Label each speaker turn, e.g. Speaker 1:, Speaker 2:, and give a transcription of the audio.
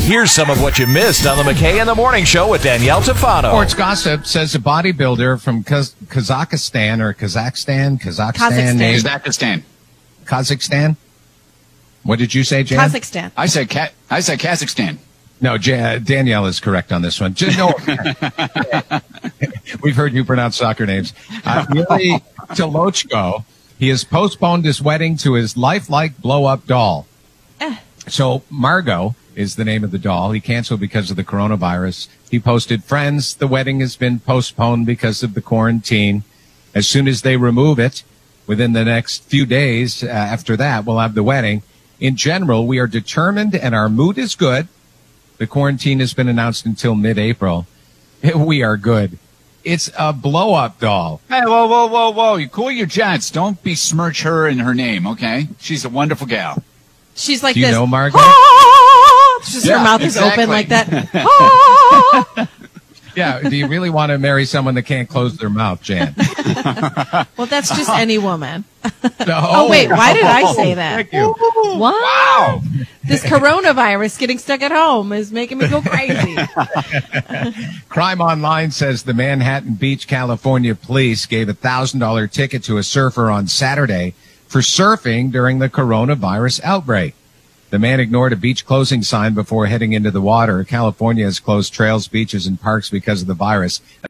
Speaker 1: Here's some of what you missed on the McKay in the Morning Show with Danielle Tafano.
Speaker 2: Sports gossip says a bodybuilder from Kaz- Kazakhstan or Kazakhstan, Kazakhstan,
Speaker 3: Kazakhstan.
Speaker 2: named
Speaker 4: Kazakhstan.
Speaker 2: Kazakhstan. What did you say, Jan?
Speaker 3: Kazakhstan.
Speaker 4: I said Ka- I said Kazakhstan.
Speaker 2: No, Ja Danielle is correct on this one. Just, no, we've heard you pronounce soccer names. Uh, Yuri Tolochko, he has postponed his wedding to his lifelike blow-up doll. So Margot is the name of the doll. He canceled because of the coronavirus. He posted, "Friends, the wedding has been postponed because of the quarantine. As soon as they remove it, within the next few days uh, after that, we'll have the wedding. In general, we are determined and our mood is good. The quarantine has been announced until mid-April. We are good. It's a blow-up doll.
Speaker 4: Hey, whoa, whoa, whoa, whoa! You cool your jets. Don't besmirch her and her name. Okay, she's a wonderful gal.
Speaker 3: She's like
Speaker 2: Do you
Speaker 3: this.
Speaker 2: know Margaret?
Speaker 3: "Ah!" It's just
Speaker 4: Yeah,
Speaker 3: her mouth is
Speaker 4: exactly.
Speaker 3: open like that. "Ah!"
Speaker 2: Yeah. Do you really want to marry someone that can't close their mouth, Jan?
Speaker 3: well, that's just any woman.
Speaker 2: No.
Speaker 3: Oh, wait, why did I say that?
Speaker 2: Thank you.
Speaker 3: What?
Speaker 2: Wow.
Speaker 3: This coronavirus getting stuck at home is making me go crazy.
Speaker 2: Crime Online says the Manhattan Beach, California police gave a $1,000 ticket to a surfer on Saturday for surfing during the coronavirus outbreak. The man ignored a beach closing sign before heading into the water. California has closed trails, beaches, and parks because of the virus.